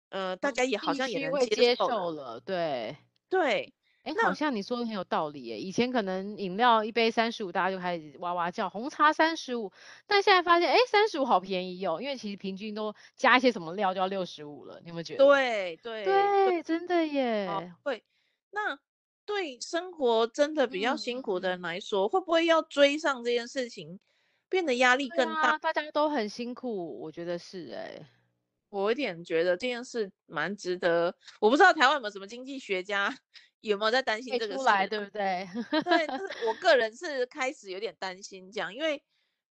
B: 呃大
A: 嗯
B: 家也好
A: 地
B: 像也
A: 区
B: 能
A: 会
B: 接
A: 接
B: 受的。
A: 受了，对。
B: 对，
A: 哎，好
B: 那
A: 像你说的很有道理耶。以前可能饮料一杯三十五，大家就开始哇哇叫，红茶三十五，但现在发现，哎，三十五好便宜哦，因为其实平均都加一些什么料就要六十五了，你有没有觉得？
B: 对对对。
A: 对，真的
B: 哦，
A: 耶。
B: 会。那对生活真的比较
A: 嗯
B: 辛
A: 嗯
B: 苦的人
A: 嗯，
B: 来说，会不会要追上这件事情，变得压力
A: 对
B: 更大？
A: 啊，大家都很辛苦，我觉得是哎。
B: 我有点觉得这件事蛮值得。我不知道台湾有没有什么经济学家有没有在担心
A: 退
B: 这个
A: 出
B: 事
A: 来，对
B: 啊？
A: 不对？ <laughs>
B: 对，但是我个人是开始有点担心这样，因为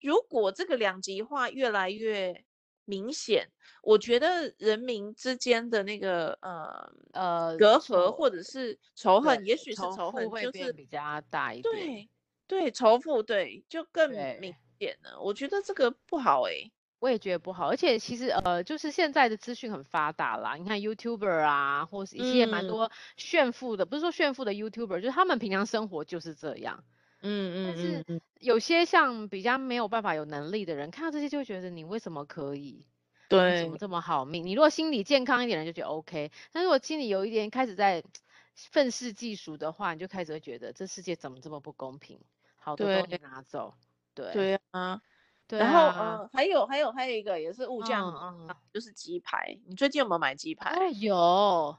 B: 如果这个两极化越来越明显，我觉得人民之间的那个呃
A: 呃，
B: 隔阂
A: 仇，
B: 或者是仇
A: 对，
B: 恨，也许是
A: 仇
B: 仇
A: 富
B: 恨，
A: 会
B: 就
A: 变
B: 是
A: 比较大一点。
B: 对对仇富，对就更
A: 对。
B: 明显了。我觉得这个不好诶、
A: 我也觉得不好，而且其实呃，就是现在的资讯很发达啦，你看 YouTuber 啊，或是一些蛮
B: 嗯
A: 多炫富的，不是说炫富的 YouTuber，就是他们平常生活就是这样。但
B: 嗯嗯
A: 是
B: 嗯嗯，
A: 有些像比较没有办法有能力的人，看到这些就会觉得你为什么可以？你怎么
B: 对，
A: 这么好命？你如果心理健康一点的人就觉得 OK，但如果心里有一点开始在愤世嫉俗的话，你就开始会觉得这世界怎么这么不公平？好的都你
B: 对
A: 拿走，对
B: 对啊。
A: 对
B: 然后
A: 啊，
B: 呃，还有还有还有一个也是物价很
A: 嗯
B: 高
A: 嗯。
B: 涨，就是鸡排。你最近有没有买鸡
A: 哦，
B: 排？
A: 有，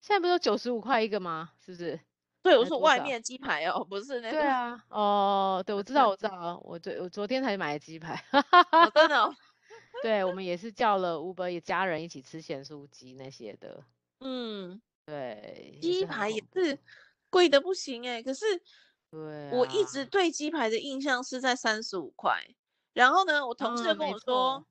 A: 现在不是九十五块一个吗？是不是？
B: 对，我
A: 还是多
B: 说外
A: 少？
B: 面的鸡排哦，不是那
A: 对
B: 个，
A: 啊，哦，对，我知道，
B: 呃对，
A: 我知道，我昨我昨天才买的鸡排， <laughs>
B: 哦，真的哦，
A: 对，我们也
B: <laughs>
A: 是叫了 Uber，也家人一起吃咸酥鸡那些的，
B: 嗯，
A: 对，也
B: 鸡
A: 是很
B: 排也
A: 恐怖。
B: 是贵的不行哎、可是
A: 对
B: 我一直
A: 啊，
B: 对鸡排的印象是在三十五块。然后呢，我同事就
A: 嗯，
B: 跟
A: 没
B: 我
A: 错，
B: 说，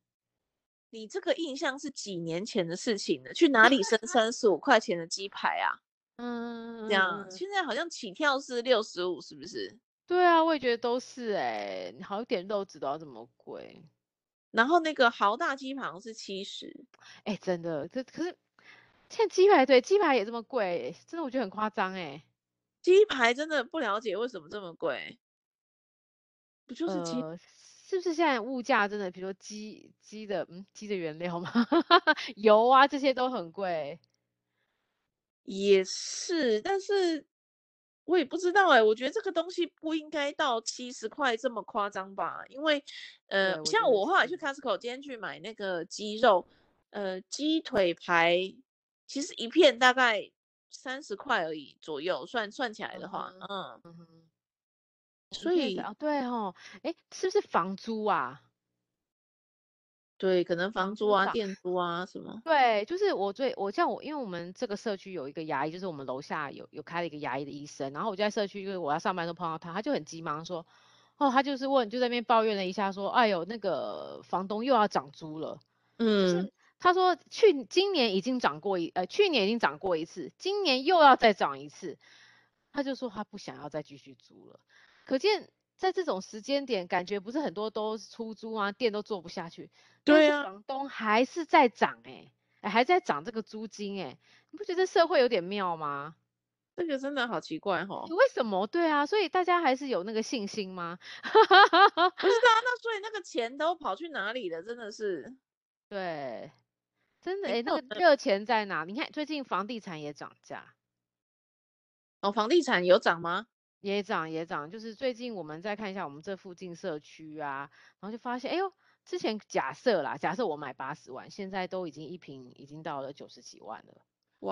B: 你这个印象是几年前的事情了，去哪里生三十五块钱的鸡排啊？这
A: 嗯嗯
B: 样
A: 嗯，
B: 现在好像起跳是六十五，是不是？
A: 对啊，我也觉得都是哎、好一点肉质都要这么贵，
B: 然后那个豪大鸡排好像是七十，
A: 哎、真的，这可是现在鸡排对鸡排也这么贵、真的我觉得很夸张哎，
B: 鸡排真的不了解为什么这么贵，不就是鸡？
A: 呃，是不是现在物价真的，比如说鸡鸡的，嗯，鸡的原料吗？ <laughs> 油啊，这些都很贵。
B: 也是，但是我也不知道哎、我觉得这个东西不应该到七十块这么夸张吧？因为，呃，
A: 对，我
B: 像
A: 觉得
B: 我后来
A: 是。
B: 去 Costco，今天去买那个鸡肉，呃，鸡腿排，其实一片大概三十块而已左右，算算起来
A: 嗯
B: 的话，
A: 哼，
B: 嗯，
A: 嗯哼，一
B: 所
A: 片是
B: 以
A: 啊，对哦，诶，是不是房租啊？
B: 对，可能房
A: 房
B: 租
A: 租
B: 啊、
A: 上，
B: 店租啊什么，
A: 对，就是我最我像我，因为我们这个社区有一个牙医，就是我们楼下有有开了一个牙医的医生，然后我就在社区，就是我要上班都碰到他，他就很急忙说，哦，他就是问，就在那边抱怨了一下，说，哎呦，那个房东又要涨租了，就是
B: 嗯，
A: 他说去今年已经涨过一，呃，去年已经涨过一次，今年又要再涨一次，他就说他不想要再继续租了，可见。在这种时间点，感觉不是很多都是出租啊，店都做不下去，但
B: 对
A: 是
B: 啊，
A: 房东还是在涨哎、哎还在涨这个租金，哎，你不觉得社会有点妙吗？
B: 这个真的好奇怪
A: <laughs>
B: 哦哈、
A: 你为什么？对啊，所以大家还是有那个信心吗？
B: 不是啊，那所以那个钱都跑去哪里了？真的是，
A: 对，真的，
B: 诶
A: 哎，那
B: 那我
A: 个热钱在哪？你看最近房地产也涨价，
B: 哦，房地产有涨吗？
A: 也涨也涨，就是最近我们再看一下我们这附近社区啊，然后就发现，哎呦，之前假设啦，假设我买八十万，现在都已经一平已经到了九十几万了，然后我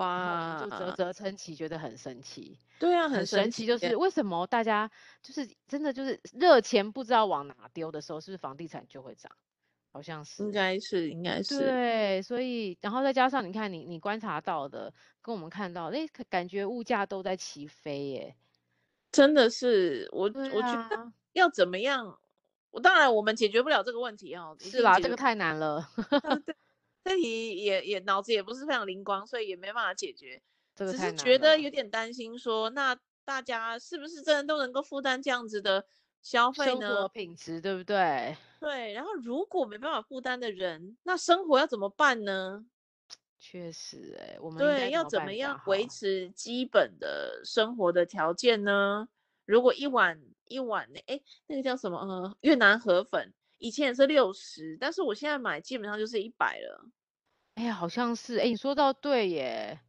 A: 们
B: 啊
A: 哦就啧啧
B: 哇，
A: 称奇，觉得很神奇。
B: 对啊，
A: 很
B: 很
A: 神
B: 神
A: 奇，
B: 奇
A: 就
B: 耶，
A: 是为什么大家就是真的就是热钱不知道往哪丢的时候，是不是房地产就会涨？好像
B: 应
A: 是。
B: 该是，应该是，
A: 对，所以然后再加上你看你你观察到的，跟我们看到的，哎，感觉物价都在起飞耶。
B: 真的是，我
A: 对
B: 我觉得
A: 啊，
B: 要怎么样？我当然我们解决不了这个问题哦，一
A: 是
B: 定
A: 啦，
B: 解
A: 这
B: 决
A: 个
B: 不
A: 太难了， <laughs>
B: 了。这这题也也脑子也不是非常灵光，所以也没办法解决。
A: 这个
B: 只
A: 太
B: 是
A: 难
B: 觉得有
A: 了。
B: 点担心说，那大家是不是真的都能够负担这样子的消费
A: 生活
B: 呢？
A: 品质对不对？
B: 对，然后如果没办法负担的人，那生活要怎么办呢？
A: 确实，哎，我们应
B: 对，
A: 该怎
B: 要
A: 么
B: 怎么
A: 办比较
B: 样维
A: 好？啊
B: 持基本的生活的条件呢？如果一碗一碗那哎那个叫什么呃越南河粉，以前也是六十，但是我现在买基本上就是一百了。
A: 哎呀，好像是，哎，你说到对耶，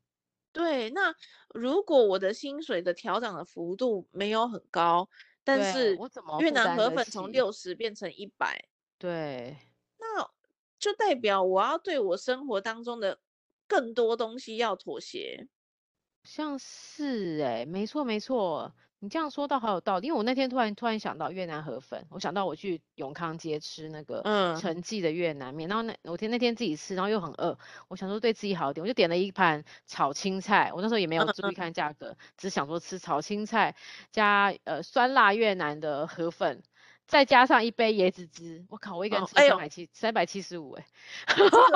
B: 对，那如果我的薪水的调整的幅度没有很高，但
A: 对，
B: 是
A: 我怎么
B: 越
A: 负
B: 南
A: 担
B: 河
A: 得
B: 粉从
A: 起？
B: 六十变成一百，
A: 对，
B: 那就代表我要对我生活当中的更多东西要妥协。
A: 像是哎、没错没错，你这样说倒好有道理。因为我那天突然突然想到越南河粉，我想到我去永康街吃那个
B: 嗯，
A: 陈记的越南面，然后那我天那天自己吃，然后又很饿，我想说对自己好一点，我就点了一盘炒青菜。我那时候也没
B: 嗯
A: 有注意看价格，只想说吃炒青菜加呃酸辣越南的河粉，再加上一杯椰子汁。我靠，我一个人
B: 哦，
A: 吃
B: 哎
A: 三
B: 呦，
A: 百七三百七十五哎。
B: 你这个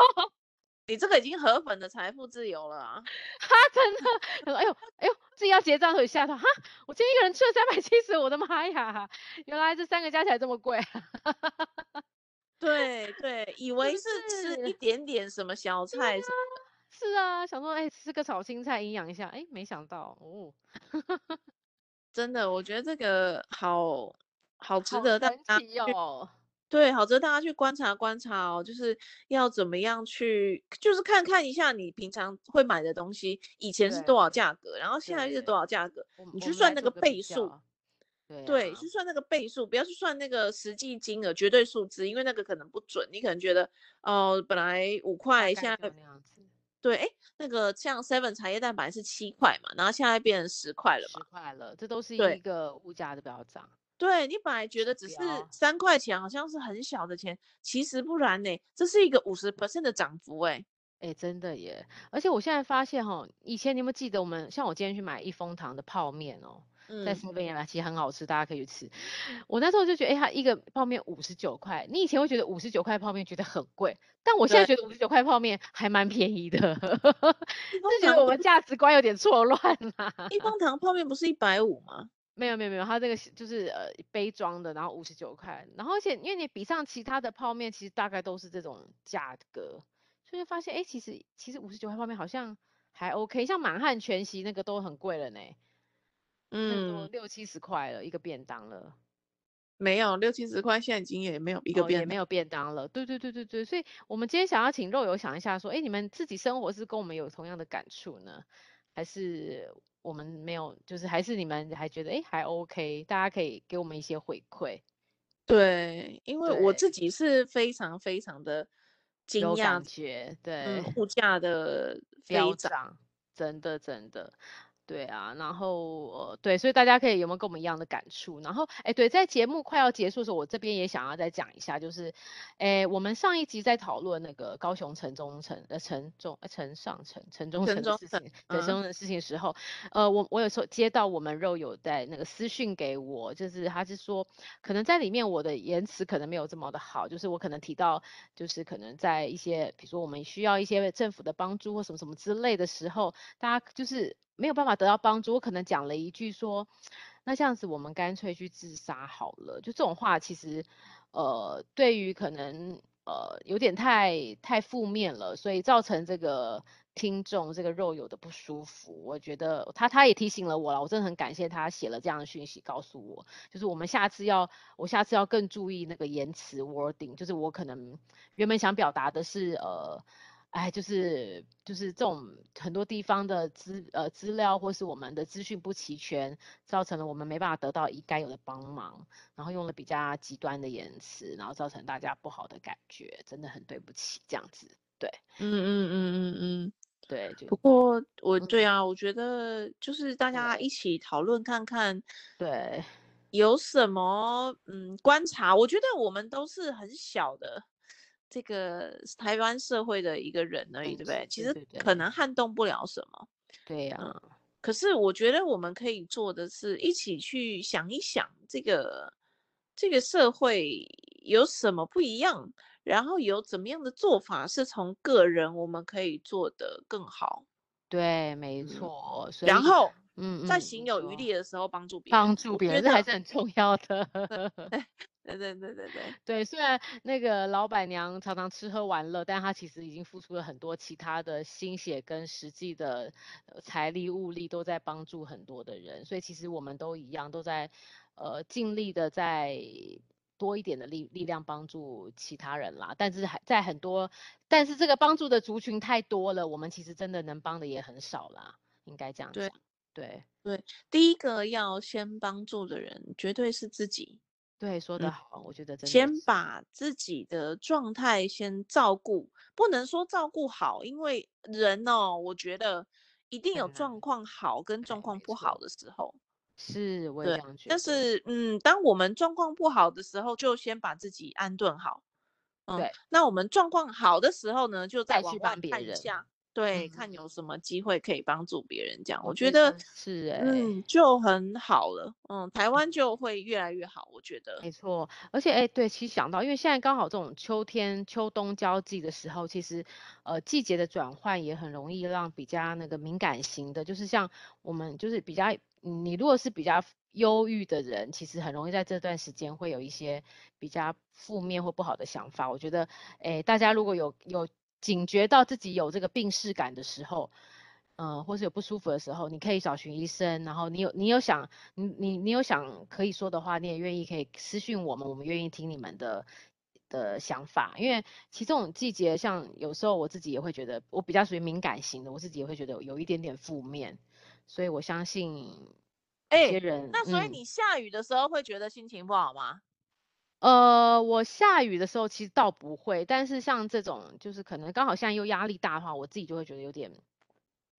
B: 你这个已经河粉的财富自由了啊！
A: 他真的，他说：“哎呦，哎呦，自己要结账的时候也吓到，哈，我今天一个人吃了三百七十，我的妈呀，原来这三个加起来这么贵啊， <laughs>
B: 对对，以
A: 是
B: 为
A: 不
B: 是吃一
A: 是？
B: 点点什么小菜什么的，
A: 是啊，想说，哎，吃个炒青菜营养一下，哎，没想到哦，
B: 真的，我觉得这个好好值
A: 好
B: 得大
A: 神
B: 家
A: 奇哦，
B: 对，好值得大家去观察观察哦，就是要怎么样去，就是看看一下你平常会买的东西，以前是多
A: 对
B: 少价格，然后现在是多
A: 对，
B: 少价格，
A: 我们
B: 你
A: 我
B: 去
A: 们
B: 算
A: 来
B: 那
A: 做
B: 个
A: 个比
B: 倍数，
A: 较，啊对
B: 对，
A: 啊，
B: 去算那个倍数，不要去算那个实际金额、绝对数字，因为那个可能不准，你可能觉得哦，本来五
A: 大
B: 块，
A: 概
B: 现
A: 就
B: 在
A: 那样子，
B: 对，哎，那个像 Seven 茶叶蛋本来是七块嘛，然后现在变成十块了嘛，
A: 十块了，这都是一
B: 对。
A: 个物价的飙涨
B: 对你本来觉
A: 指
B: 得只是
A: 标，
B: 三块钱，好像是很小的钱，其实不然呢、这是一个五十 percent 的涨幅哎、
A: 哎，真的耶！而且我现在发现哈，以前你有没有记得我们像我今天去买一风堂的泡面哦，在
B: 嗯，
A: 西班牙其实很好吃，大家可以去吃。我那时候就觉得，哎，它一个泡面五十九块，你以前会觉得五十九块泡面觉得很贵，但我现在
B: 对，
A: 觉得五十九块泡面还蛮便宜的，就
B: 一风
A: 觉
B: 堂
A: 得我
B: 不
A: 们
B: 是
A: 价值观有点错乱啦、
B: 一风堂泡面不是一百五吗？
A: <laughs> 没有没有没有，它这个是就是呃杯装的，然后五十九块，然后而且因为你比上其他的泡面，其实大概都是这种价格，所以就发现哎，诶其实其实五十九块泡面好像还 OK，像满汉全席那个都很贵了呢，那个都
B: 嗯，
A: 六七十块了一个便当了，
B: 没有六七十块，现在已经也没有一个
A: 哦也
B: 便
A: 没
B: 当。
A: 有便当了，对对对对对，所以我们今天想要请肉友想一下说，哎，你们自己生活是跟我们有同样的感触呢，还是我们没有，就是还是你们还觉得哎还 OK，大家可以给我们一些回馈，
B: 对，因为我
A: 对。
B: 自己是非常非常的惊
A: 有
B: 讶，
A: 感觉，
B: 嗯，
A: 对，
B: 物价
A: <laughs>
B: 的飞
A: 飙
B: 涨。
A: 涨，真的真的，对啊，然后呃，对，所以大家可以有没有跟我们一样的感触？然后，哎，对，在节目快要结束的时候，我这边也想要再讲一下，就是，哎，我们上一集在讨论那个高雄城中城呃城中呃城上城城中
B: 城
A: 城的
B: 中
A: 事
B: 城，
A: 情，城
B: 嗯
A: 中的事情的时候，呃，我我有时候接到我们肉友在那个私讯给我，就是他是说，可能在里面我的言辞可能没有这么的好，就是我可能提到，就是可能在一些比如说我们需要一些政府的帮助或什么什么之类的时候，大家就是没有办法得到帮助，我可能讲了一句说，那这样子我们干脆去自杀好了，就这种话其实，呃，对于可能。呃有点太太负面了，所以造成这个听众这个肉友的不舒服。我觉得他他也提醒了我了，我真的很感谢他写了这样的讯息告诉我，就是我们下次要我下次要更注意那个言辞 wording，就是我可能原本想表达的是呃。哎，就是就是这种很多地方的资呃资料或是我们的资讯不齐全，造成了我们没办法得到应该有的帮忙，然后用了比较极端的言辞，然后造成大家不好的感觉，真的很对不起这样子。对
B: 嗯嗯嗯嗯嗯。
A: 对，就
B: 不过我对
A: 嗯
B: 啊，我觉得就是大家一起讨论看看
A: 对
B: 有什么嗯观察。我觉得我们都是很小的这个台湾社会的一个人而已，
A: 嗯
B: 对不对？其
A: 对
B: 实
A: 对对
B: 可能撼动不了什么。
A: 对呀、
B: 可是我觉得我们可以做的是一起去想一想这个这个社会有什么不一样，然后有怎么样的做法是从个人我们可以做得更好，
A: 对，没
B: 嗯
A: 错。所以
B: 然后
A: 嗯，
B: 在
A: 嗯
B: 行
A: 你
B: 有
A: 说
B: 余力的时候帮助别人。
A: 帮助
B: 我
A: 别
B: 觉
A: 人，这还
B: 得
A: 是很重要的。
B: 对对对对对，
A: 对，虽然那个老板娘常常吃喝玩乐，但她其实已经付出了很多其他的心血跟实际的呃财力物力，都在帮助很多的人。所以其实我们都一样，都在呃尽力的在多一点的力力量帮助其他人啦。但是还在很多，但是这个帮助的族群太多了，我们其实真的能帮的也很少啦，应该这样
B: 对
A: 讲。对
B: 第一个要先帮助的人绝对是自己，
A: 对，说得
B: 嗯
A: 好，我觉得真的
B: 先
A: 是
B: 把自己的状态先照顾，不能说照顾好，因为人哦，我觉得一定
A: 很
B: 有
A: 难
B: 状况好跟
A: 对
B: 状况
A: 没
B: 不
A: 错
B: 好的时候，
A: 是，我也这
B: 对。
A: 样觉
B: 但
A: 得。
B: 是，嗯，当我们状况不好的时候，就先把自己安顿好。嗯
A: 对，
B: 那我们状况好的时候呢，就
A: 再
B: 再
A: 去
B: 往外
A: 帮别
B: 看一
A: 人。
B: 下，
A: 嗯，
B: 对，
A: 哦
B: 看有什么机会可以帮助别人。这样，
A: 我
B: 我觉
A: 觉
B: 得，
A: 得是哎、
B: 嗯，就很好了。嗯，台湾就会越来越好，我觉得。
A: 没错，而且哎、对，其实想到，因为现在刚好这种秋天、秋冬交际的时候，其实呃季节的转换也很容易让比较那个敏感型的，就是像我们就是比较，嗯你如果是比较忧郁的人，其实很容易在这段时间会有一些比较负面或不好的想法。我觉得，哎、大家如果有有警觉到自己有这个病视感的时候，嗯、呃，或是有不舒服的时候，你可以找寻医生。然后你有你有想你你你有想可以说的话，你也愿意可以私讯我们，我们愿意听你们的的想法。因为其实这种季节，像有时候我自己也会觉得，我比较属于敏感型的，我自己也会觉得有一点点负面，所以我相信有
B: 哎、
A: 些人，
B: 那所以
A: 嗯。
B: 你下雨的时候会觉得心情不好吗？
A: 呃，我下雨的时候其实倒不会，但是像这种就是可能刚好现在又压力大的话，我自己就会觉得有点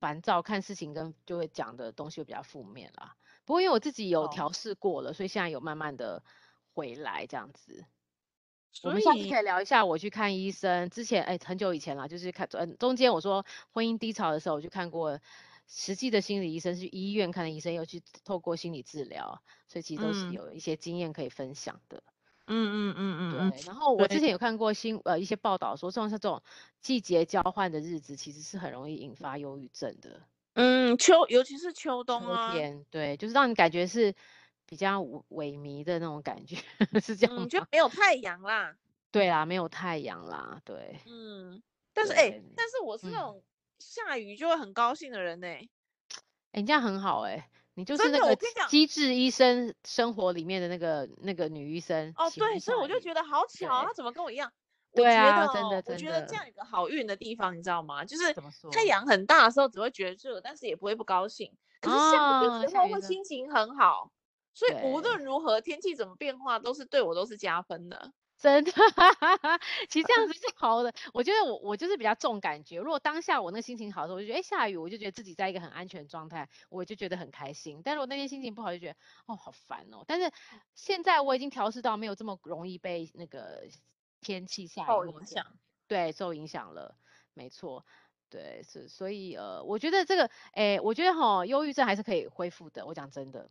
A: 烦躁，看事情跟就会讲的东西会比较负面啦。不过因为我自己有
B: 哦，
A: 调试过了，所以现在有慢慢的回来这样子。我
B: 所
A: 们下次
B: 以
A: 可以聊一下我去看医生之前，哎，很久以前啦，就是看，嗯，中间我说婚姻低潮的时候，我去看过实际的心理医生，去医院看的医生，又去透过心理治疗，所以其实都是
B: 嗯
A: 有一些经验可以分享的。
B: 嗯嗯嗯嗯
A: 对，然后我
B: 嗯，
A: 之
B: 对，
A: 前有看过新呃一些报道说，像像这种季节交换的日子，其实是很容易引发忧郁症的。
B: 嗯，秋尤其是秋冬
A: 秋
B: 啊，
A: 天，对，就是让你感觉是比较萎萎靡的那种感觉， <laughs> 是这样
B: 嗯，就
A: 吗？
B: 没有太阳啦，
A: 对啦，没有太阳啦，对
B: 嗯，但是哎、
A: 对，
B: 欸但是我是那
A: 嗯，
B: 种下雨就会很高兴的人呢、
A: 哎，你这样很好哎、你就是
B: 真
A: 那
B: 的，
A: 个
B: 我跟
A: 机
B: 你讲，
A: 机智医生生活里面的那个那个女医生，
B: 哦，
A: 喜欢
B: 对，所以
A: 下
B: 我就
A: 雨，
B: 觉得好巧啊，
A: 对
B: 他怎么跟我一样？我
A: 对
B: 觉得
A: 啊，真
B: 哦，
A: 的
B: 我
A: 真
B: 觉得这
A: 的，
B: 样有个好运的地方，你知道吗？就是
A: 怎么
B: 太
A: 说
B: 阳很大的时候只会觉得热，但是也不会不高兴。可是下雨的
A: 啊？
B: 时
A: 下
B: 候
A: 雨
B: 会
A: 的时候，
B: 心情很好，所以无
A: 对。
B: 论如何天气怎么变化，都是对我都是加分的。
A: 真的，其实这样子是好的。我觉得我我就是比较重感觉。如果当下我那个心情好的时候，我就觉得哎、诶下雨，我就觉得自己在一个很安全的状态，我就觉得很开心。但是我那天心情不好，就觉得哦好烦哦。但是现在我已经调试到没有这么容易被那个天气下雨
B: 受
A: 或者
B: 影
A: 是
B: 响，
A: 对受影响了。没错，对，所所以呃，我觉得这个哎，我觉得哈，忧郁症还是可以恢复的。我讲真的，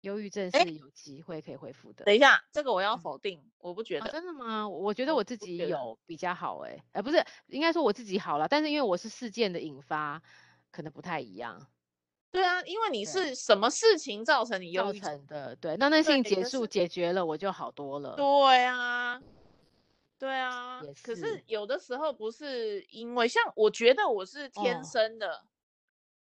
A: 忧郁症
B: 哎，
A: 是有机会可以恢复的。
B: 等一下，这个我要
A: 嗯。
B: 否定，我不觉
A: 啊，
B: 得，
A: 真的吗？我觉得
B: 嗯，
A: 我自
B: 不
A: 己
B: 觉得，
A: 有比较好诶、呃，不是，应该说我自己好了，但是因为我是事件的引发，可能不太一样，
B: 对啊，因为你
A: 对，
B: 是什么事情造成你忧
A: 造
B: 郁症？
A: 成的，对。那那事情
B: 对，
A: 结
B: 就
A: 束
B: 是
A: 解决了，我就好多了，
B: 对啊，对啊
A: 也，
B: 可
A: 是
B: 是有的时候不是因为像我觉得我是
A: 哦
B: 天生的，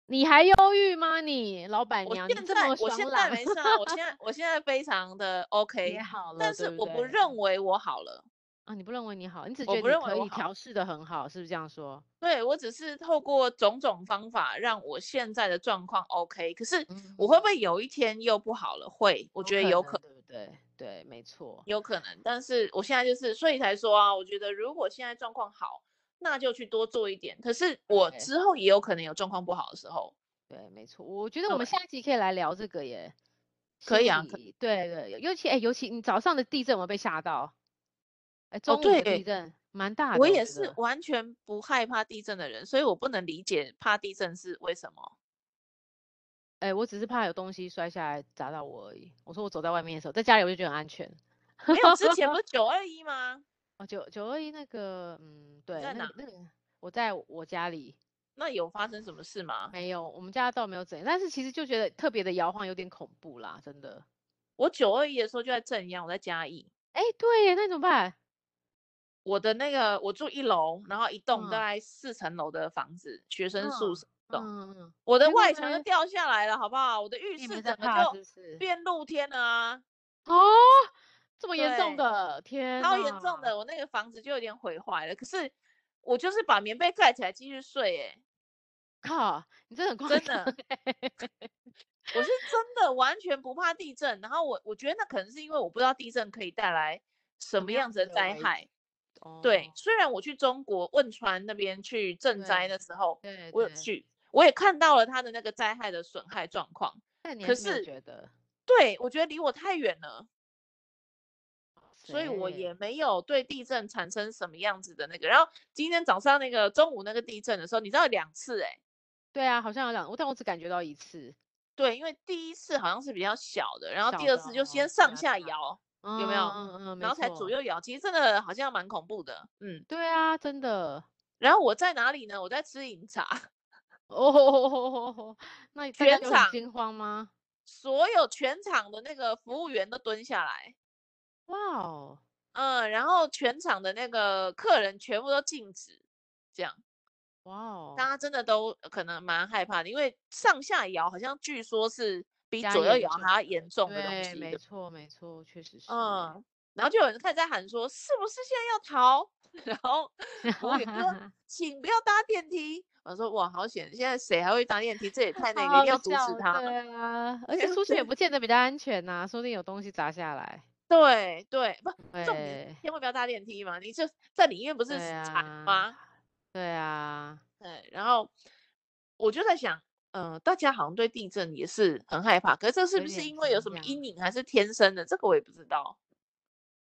A: 你还忧郁吗你？老板
B: 我
A: 娘，你
B: 现
A: 这
B: 在
A: 么
B: 我
A: 爽
B: 现在
A: 朗
B: 没事啊，我现在我现在非常的 OK，
A: 也好了，
B: 但
A: 对
B: 是我
A: 对
B: 不认为我好了，
A: 啊，你不认为你好，你只
B: 我
A: 觉
B: 不
A: 得
B: 认
A: 你
B: 为
A: 可
B: 我
A: 以
B: 好
A: 调试的很好，是不是这样说？
B: 对我只是透过种种方法让我现在的状况 OK，可是
A: 嗯
B: 我会不会有一天又不好了？会，我觉得有可
A: 能，对不对？对，没错。
B: 有可能，但是我现在就是，所以才说啊，我觉得如果现在状况好，那就去多做一点。可是我
A: 对
B: 之后也有可能有状况不好的时候，
A: 对，没错。我觉得我们
B: 对
A: 下一集可以来聊这个耶。
B: 呃可
A: 心
B: 以啊可
A: 理对对，尤其哎，尤其你早上的地震，我有被吓到。哎，中午的地
B: 哦对
A: 震蛮大的。
B: 我也
A: 觉
B: 是
A: 得
B: 完全不害怕地震的人，所以我不能理解怕地震是为
A: <laughs>
B: 什么。
A: 哎，我只是怕有东西摔下来砸到我而已。我说我走在外面的时候，在家里我就觉得很安全。
B: 没有，之前不是九二一吗？
A: 哦，九九二一那个，嗯，对，
B: 在
A: 那个那个，我在我家里
B: 那有发生什么事吗？
A: 没有，我们家倒没有怎样，但是其实就觉得特别的摇晃，有点恐怖啦，真的。
B: 我九二一的时候就在正阳，我在嘉义，
A: 哎，对耶，那怎么办？
B: 我的那个我住一楼，然后一栋大
A: 嗯
B: 概四层楼的房子，学生宿
A: 嗯
B: 舍。懂
A: 嗯嗯，
B: 我的
A: 结果
B: 外墙
A: 嘞
B: 就掉下来了，好不好？我的浴
A: 你
B: 室
A: 们
B: 整
A: 在
B: 个
A: 怕
B: 就是
A: 不是？
B: 变露天了啊，
A: 哦，这么严重
B: 对
A: 的，哦天
B: 超严重
A: 呐
B: 的，我那个房子就有点毁坏了。可是我就是把棉被盖起来继续睡、欸，
A: 靠，你真的很夸
B: 真
A: 张
B: 的
A: 欸 <laughs>
B: 我是真的完全不怕地震。然后我我觉得那可能是因为我不知道地震可以带来什
A: 么
B: 么
A: 样
B: 样
A: 子
B: 子的
A: 的
B: 灾
A: 危
B: 害。
A: 哦，
B: 对，虽然我去中国汶川那边去赈灾
A: 对
B: 的时候，
A: 对
B: 我有
A: 对，
B: 去，我也看到了它的那个灾害的损害状况。
A: 但你还
B: 可
A: 是没有
B: 是
A: 觉得，
B: 对我觉得离我太远了，所以我
A: 塞
B: 也没有对地震产生什么样子的那个。然后今天早上那个中午那个地震的时候，你知道有两次哎、
A: 对啊，好像有两，但我只感觉到一次，
B: 对，因为第一次好像是比较小的，然后
A: 小
B: 第二
A: 的
B: 次就
A: 哦
B: 先
A: 比
B: 上
A: 较
B: 下
A: 大
B: 摇，有
A: 嗯
B: 没有
A: 嗯嗯，没
B: 然后才左
A: 错，
B: 右摇，其实真的好像蛮恐怖的，嗯。
A: 对啊，真的，
B: 然后我在哪里呢？我在吃饮茶， <laughs>
A: 哦， <laughs> 那大家有
B: 全
A: 很
B: 场
A: 惊慌吗？
B: 所有全场的那个服务员都蹲下来，
A: 哇哦，
B: 嗯，然后全场的那个客人全部都静止，这样
A: 哇
B: 大
A: 哦，
B: 家真的都呃可能蛮害怕的，因为上下摇好像据说是比
A: 加
B: 左右
A: 严
B: 摇
A: 重
B: 还要严重的东
A: 对，
B: 西，
A: 没
B: 对
A: 错没错，确实是欸，
B: 嗯，然后就有人开始在喊说：“是不是现在要逃？” <laughs> 然
A: <laughs>
B: 后服务员就说：“请不要搭电梯。”我说：“哇，好险！现在谁还会搭电梯？这也太那个，一
A: 好
B: 定要阻止
A: 笑，
B: 他。
A: 对啊，而且出去也不见得比较安全呐、说不定有东西砸下来。
B: 对”对不，重点是
A: 对，
B: 千万不要搭电梯嘛！你就在里面不是
A: 对
B: 惨
A: 啊
B: 吗？
A: 对啊，
B: 对，哎然后我就在想，呃，大家好像对地震也是很害怕，可是这是
A: 有
B: 不是
A: 点
B: 因为
A: 惊
B: 有什么
A: 讶。
B: 阴影，还是天生的？这个我也不知道。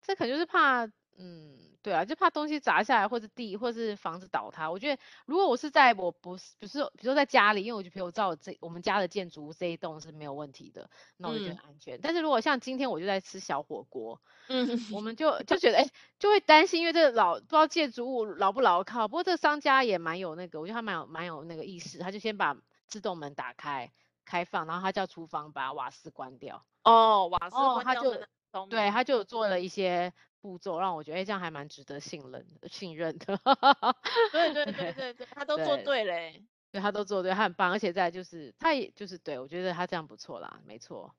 A: 这可能就是怕，嗯，对啊，就怕东西砸下来，或是地，或是房子倒塌。我觉得如果我是在我不是，比如说比如说在家里，因为我就比如照这我们家的建筑物这一栋是没有问题的，那我就觉得
B: 嗯
A: 很安全。但是如果像今天我就在吃小火锅，
B: 嗯，
A: <laughs> 我们就就觉得哎、诶就会担心，因为这个老不知道建筑物牢不牢靠。不过这个商家也蛮有那个，我觉得他蛮有蛮有那个意识，他就先把自动门打开开放，然后他叫厨房把瓦斯关掉。
B: 哦，瓦斯
A: 哦，
B: 关
A: 他
B: 掉
A: 就
B: 真的很聪
A: 对
B: 明。
A: 他就有做了一些步骤，让我觉得哎、诶这样还蛮值得信任信任的。
B: 对
A: <laughs>
B: 对对
A: 对
B: 对对，他都做
A: 对
B: 对嘞。
A: 对，他都做对，他很棒，而且再来就是他也就是对我觉得他这样不错啦，没错。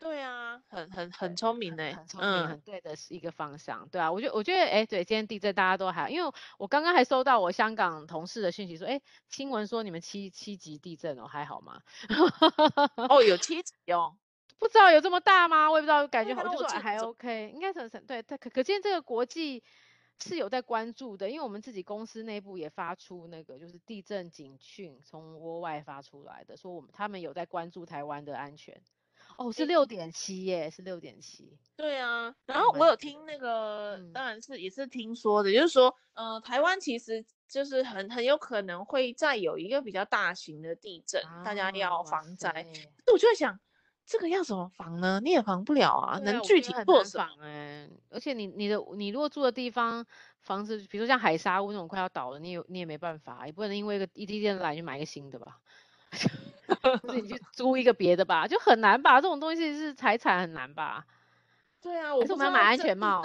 B: 对啊，很很很
A: 对，
B: 聪明
A: 很
B: 呢、
A: 很聪明，
B: 嗯
A: 很对的是一个方向，对啊，我觉得我觉得，哎，对，今天地震大家都还，因为我刚刚还收到我香港同事的讯息说，哎，新闻说你们七七级地震哦，还好吗？ <laughs>
B: 哦，有七级哦。
A: 不知道有这么大吗？我也不知道，感
B: 对
A: 觉好，
B: 啊，
A: 我就说
B: 我记
A: 哎
B: 得
A: 还
B: 这
A: OK，应该是很对，但可可见这个国际是有在关注的，因为我们自己公司内部也发出那个就是地震警讯，从国外发出来的，说我们他们有在关注台湾的安全。哦，是
B: 诶
A: 六点七耶，是六点七，
B: 对啊，然
A: 还
B: 后我
A: 蛮
B: 有
A: 久
B: 听
A: 的。
B: 那个，
A: 嗯，
B: 当然是也是听说的，也就是说，呃，台湾其实就是很很有可能会再有一个比较大型的地震，大家
A: 啊，
B: 要
A: 哇
B: 防
A: 塞，
B: 灾。可是我就在想，这个要怎么防呢？你也防不了啊，
A: 对
B: 能
A: 啊，我
B: 具
A: 觉得
B: 体
A: 很
B: 做
A: 难
B: 什么？
A: 防哎、而且你你的你如果住的地方房子，比如说像海沙屋那种快要倒了，你有你也没办法，也不能因为一个一地震来就买一个新的吧， <laughs> 或者
B: <laughs>
A: 你去租一个别的吧，就很难吧？这种东西是财产很难吧？
B: 对啊，
A: 还
B: 我
A: 是
B: 不
A: 我
B: 知
A: 们要
B: 道哎
A: 买安 <laughs> 全
B: 这啊地震
A: 帽？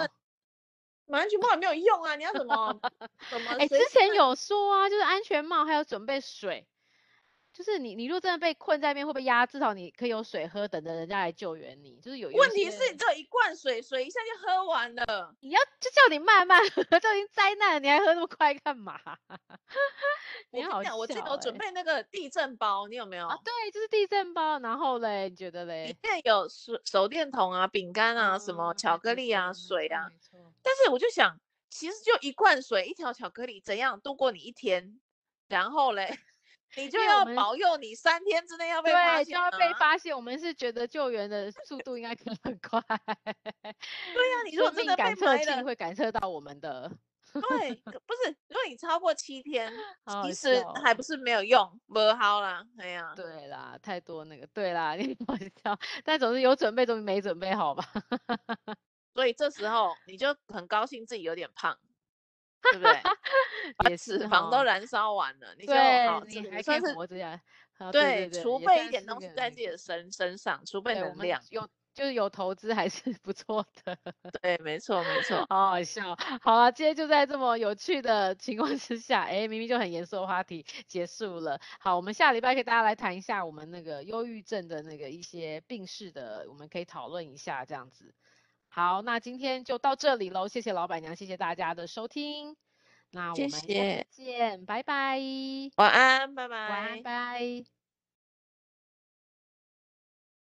B: 买安全帽也没有用啊！你要怎 <laughs> 么怎么？
A: 哎、之前有说啊，就是安全帽还有准备水，就是你你如果真的被困在那边会被压，至少你可以有水喝，等着人家来救援你。就是有有
B: 问题
A: 些
B: 是你只有一罐水，水一下就喝完了。
A: 你要就 <laughs> 叫你慢慢喝，都已经灾难了，你还喝那么快干嘛？ <laughs>
B: 我
A: 你
B: 跟
A: 好
B: 你讲，我记得
A: 笑
B: 我准
A: 欸
B: 备那个地震包，你有没有？
A: 啊，对，就是地震包，然后嘞，你觉得嘞
B: 里？面有手手电筒啊、饼干啊、什么
A: 嗯
B: 巧
A: 没
B: 克
A: 错
B: 力啊、
A: 没
B: 水
A: 错
B: 啊。
A: 没错
B: 但是我就想，其实就一罐水、一条巧克力，怎样度过你一天？然后嘞， <laughs> 你就
A: 因为我
B: 要
A: 们
B: 保佑你三天之内要被发
A: 对，就
B: 现、
A: 要
B: 啊。
A: 被发现。我们是觉得救援的速度应该可以很快，
B: 对啊呀、你如
A: 生
B: 果真
A: 命
B: 的被
A: 感测
B: 埋
A: 器
B: 了，
A: 会感测到我们的。
B: 对，
A: <laughs>
B: 可不是，如果你超过七天，
A: 好好
B: 其实
A: 笑
B: 还
A: 哦
B: 不是没有用，不好啦，哎呀、
A: 对啦，太多那个，对啦，你 <laughs> 好笑。但总是有准备总比没准备好吧？
B: 所以这时候你就很高兴自己有点胖，对不对？
A: <laughs> 也是
B: 脂肪
A: 哈
B: 都燃烧完了，你就好，
A: 对，
B: 这
A: 你
B: 个
A: 还可
B: 算
A: 以
B: 是
A: 活着呀。啊对
B: 对，
A: 对，
B: 储
A: 也
B: 备
A: 算
B: 一点
A: 是
B: 东西
A: 个
B: 在
A: 那
B: 自己
A: 个
B: 的身身上，储备
A: 对我
B: 能
A: 们
B: 量。
A: 有就是有投资还是 <laughs> 不错的。
B: 对，没错，没
A: <laughs>
B: 错。
A: 好
B: <laughs>
A: 好笑，好啊！今天就在这么有趣的情况之下，哎，明明就很严肃的话题结束了。好，我们下礼拜跟大家来谈一下我们那个忧郁症的那个一些病史的，我们可以讨论一下这样子。好，那今天就到这里喽，谢谢老板娘，谢谢大家的收听，那我
B: 谢
A: 们下次
B: 谢，
A: 见，拜拜，
B: 晚安，拜
A: 晚安，
B: 拜。
A: 拜。